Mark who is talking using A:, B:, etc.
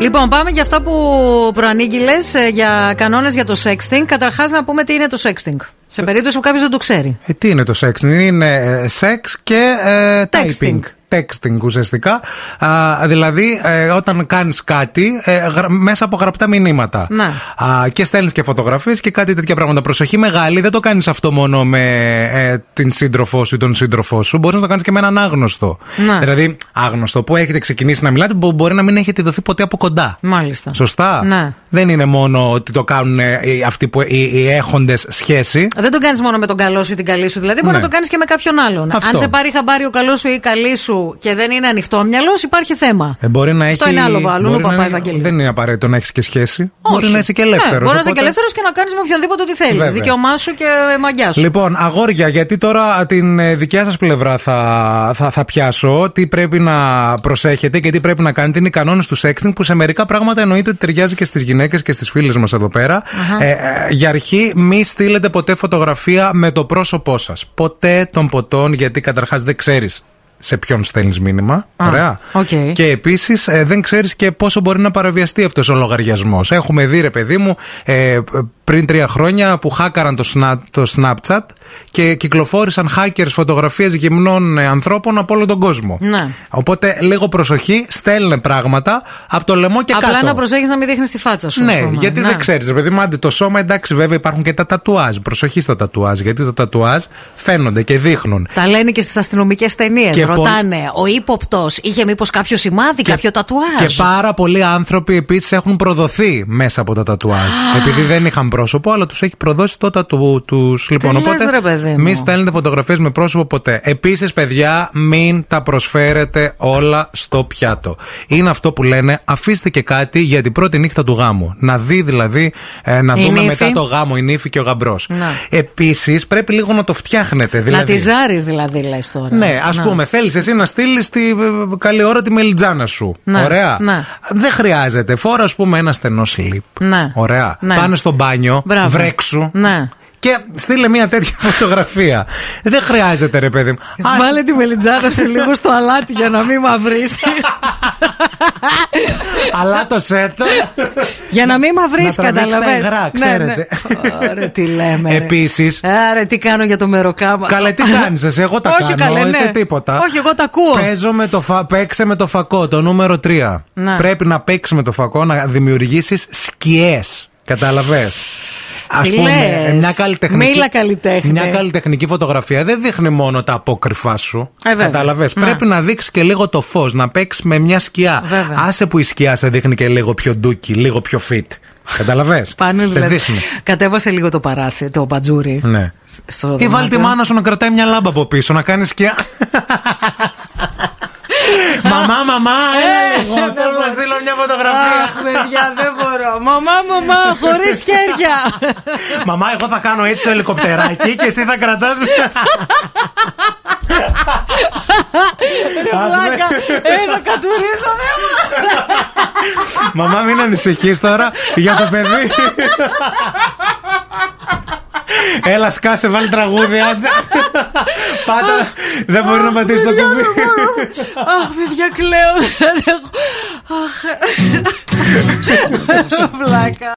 A: Λοιπόν, πάμε για αυτά που προανήγγειλες για κανόνες για το sexting. Καταρχάς, να πούμε τι είναι το sexting. Σε περίπτωση που κάποιος δεν το ξέρει.
B: Ε, τι είναι το sexting, είναι ε, σεξ και ε,
A: Texting.
B: typing. Texting ουσιαστικά. Α, δηλαδή, ε, όταν κάνεις κάτι ε, γρα- μέσα από γραπτά μηνύματα.
A: Ναι.
B: Α, και στέλνεις και φωτογραφίες και κάτι τέτοια πράγματα. Προσοχή μεγάλη, δεν το κάνεις αυτό μόνο με ε, την σύντροφό σου ή τον σύντροφό σου. Μπορείς να το κάνεις και με έναν άγνωστο.
A: Ναι.
B: Δηλαδή, άγνωστο που έχετε ξεκινήσει να μιλάτε, που μπορεί να μην έχετε δοθεί ποτέ από κοντά.
A: Μάλιστα.
B: Σωστά.
A: Ναι.
B: Δεν είναι μόνο ότι το κάνουν ε, οι- αυτοί που οι, οι έχοντες σχέση.
A: Δεν τον κάνεις μόνο με τον καλό σου ή την καλή σου, δηλαδή μπορεί
B: Ναι.
A: να το κάνεις και με κάποιον άλλον.
B: Αυτό.
A: Αν σε πάρει χαμπάρι ο καλός σου ή η καλή σου και δεν είναι ανοιχτό μυαλός, υπάρχει θέμα.
B: Ε, μπορεί να
A: Αυτό
B: έχει,
A: είναι άλλο άλλο,
B: μπορεί
A: ο παπά
B: να-
A: Ευαγγελίου.
B: Δεν είναι απαραίτητο να έχεις και σχέση.
A: Όχι.
B: Μπορεί να είσαι και
A: Ναι,
B: ελεύθερο.
A: μπορεί να είσαι και ελεύθερος και να κάνεις με οποιονδήποτε ό,τι θέλεις.
B: Βέβαια.
A: Δικαίωμά σου και μαγιά σου.
B: Λοιπόν, αγόρια, γιατί τώρα την ε, δικιά σας πλευρά θα, θα, θα πιάσω, τι πρέπει να προσέχετε και τι πρέπει να κάνετε είναι οι κανόνες του sexting που σε μερικά πράγματα εννοείται ότι ταιριάζει και στις γυναίκες και στις φίλες μας εδώ πέρα. Ε, ε, για αρχή, μη στείλετε ποτέ φωτογραφία με το πρόσωπό σας. Ποτέ των ποτών, γιατί καταρχάς δεν ξέρεις σε ποιον στέλνεις μήνυμα.
A: Α,
B: Ωραία.
A: οκ.
B: Και επίσης δεν ξέρεις και πόσο μπορεί να παραβιαστεί αυτός ο λογαριασμός. Έχουμε δει, ρε παιδί μου, ε, πριν τρία χρόνια που χάκαραν το, Sna- το Snapchat και κυκλοφόρησαν hackers φωτογραφίες γυμνών ε, ανθρώπων από όλο τον κόσμο.
A: Ναι.
B: Οπότε λίγο προσοχή, στέλνε πράγματα από το λαιμό και
A: Απλά
B: κάτω.
A: να προσέχεις να μην δείχνεις τη φάτσα σου. ας
B: Ναι,
A: πούμε.
B: γιατί
A: Ναι.
B: δεν ξέρεις. Παιδί μου, άντε το σώμα, εντάξει, βέβαια υπάρχουν και τα τατουάζ. Προσοχή στα τατουάζ, γιατί τα τατουάζ φαίνονται και δείχνουν.
A: Τα λένε και στις αστυνομικές ταινίες.
B: Και πο-
A: Ρωτάνε, ο ύποπτος είχε μήπως κάποιο σημάδι, κάποιο τατουάζ.
B: Και πάρα πολλοί άνθρωποι επίσης έχουν προδοθεί μέσα από τα τατουάζ. Επειδή δεν είχαν πρόσωπο, αλλά τους έχει προδώσει το τατου τους. Λοιπόν,
A: λες,
B: οπότε
A: ρε παιδί μου.
B: μην στέλνετε φωτογραφίες με πρόσωπο ποτέ. Επίσης, παιδιά, μην τα προσφέρετε όλα στο πιάτο. Είναι αυτό που λένε, αφήστε και κάτι για την πρώτη νύχτα του γάμου. Να δει δηλαδή, ε, να
A: Η
B: δούμε
A: νύφη.
B: μετά το γάμο, η νύφη και ο γαμπρός.
A: Ναι.
B: Επίσης, πρέπει λίγο να το φτιάχνετε.
A: Να
B: Δηλαδή,
A: τη ζάρεις δηλαδή, λες τώρα.
B: ναι, ας
A: Να.
B: πούμε, θέλεις εσύ να στείλεις τη ε, καλή ώρα τη μελιτζάνα σου.
A: Ναι,
B: Ωραία.
A: ναι.
B: Δεν χρειάζεται. Φόρα, ας πούμε, ένα στενό σλίπ.
A: Ναι.
B: Ωραία.
A: Ναι.
B: Πάνε στο μπάνιο,
A: Μπράβο.
B: βρέξου.
A: Ναι.
B: Και στείλε μια τέτοια φωτογραφία. Δεν χρειάζεται, ρε παιδί μου. Ας-
A: Βάλε τη μελιτζάνα σου λίγο στο αλάτι για να μην μαυρίσει.
B: Αλλά το σετ.
A: για να μην
B: να
A: μαυρίσει,
B: τραβήξει τα
A: καταλαβαίνεις. Ναι,
B: υγρά, ξέρετε.
A: Ωραία, τι λέμε. ρε.
B: Επίσης-
A: Άρα, τι κάνω για το μεροκάμα.
B: Καλέ, τι κάνεις, εσύ, εγώ τα
A: Όχι,
B: κάνω.
A: καλέ,
B: εσύ
A: ναι.
B: τίποτα.
A: Όχι, εγώ τα ακούω.
B: Παίζω με το φα... Παίξε με το φακό, το νούμερο 3.
A: Ναι.
B: Πρέπει να παίξεις με το φακό, να δημιουργήσεις σκιές. Καταλαβέ. Ας
A: Τι λες.
B: μια καλλιτεχνική.
A: Μίλα καλλιτέχνη.
B: Μια καλλιτεχνική φωτογραφία δεν δείχνει μόνο τα απόκρυφά σου.
A: Ε, βέβαια.
B: Καταλαβέ.
A: Ναι.
B: Πρέπει να δείξεις και λίγο το φως, να παίξεις με μια σκιά.
A: Βέβαια.
B: Άσε που η σκιά σε δείχνει και λίγο πιο ντούκι, λίγο πιο fit. Καταλαβέ.
A: Πάνω
B: σε
A: δηλαδή.
B: δείχνει.
A: Κατέβασε λίγο το παράθυρο, το πατζούρι.
B: Ναι.
A: σ- στο
B: Ή βάλει τη
A: δωμάτιο.
B: μάνα σου να κρατάει μια λάμπα από πίσω, να κάνει σκιά. μαμά, μαμά, έλα λίγο. Θέλω να στείλω μια
A: Αχ,
B: φωτογραφία.
A: παιδιά, δεν μπορώ. Μαμά, μαμά, χωρίς χέρια.
B: μαμά, εγώ θα κάνω έτσι το ελικοπτεράκι και εσύ θα κρατάς μια.
A: Ρε
B: Αχ,
A: Βλάκα,
B: ναι.
A: ε, θα κατουρίσω, δεν μπορώ.
B: μαμά, μην ανησυχείς τώρα για το παιδί. Έλα, σκάσε, βάλει τραγούδι. άντε. Πάτα, δεν μπορεί να πατήσει το
A: Παιδιά, δεν
B: κουμπί.
A: μπορώ. Αχ, παιδιά, κλαίω. Δεν έχω- Αχ. Βλάκα.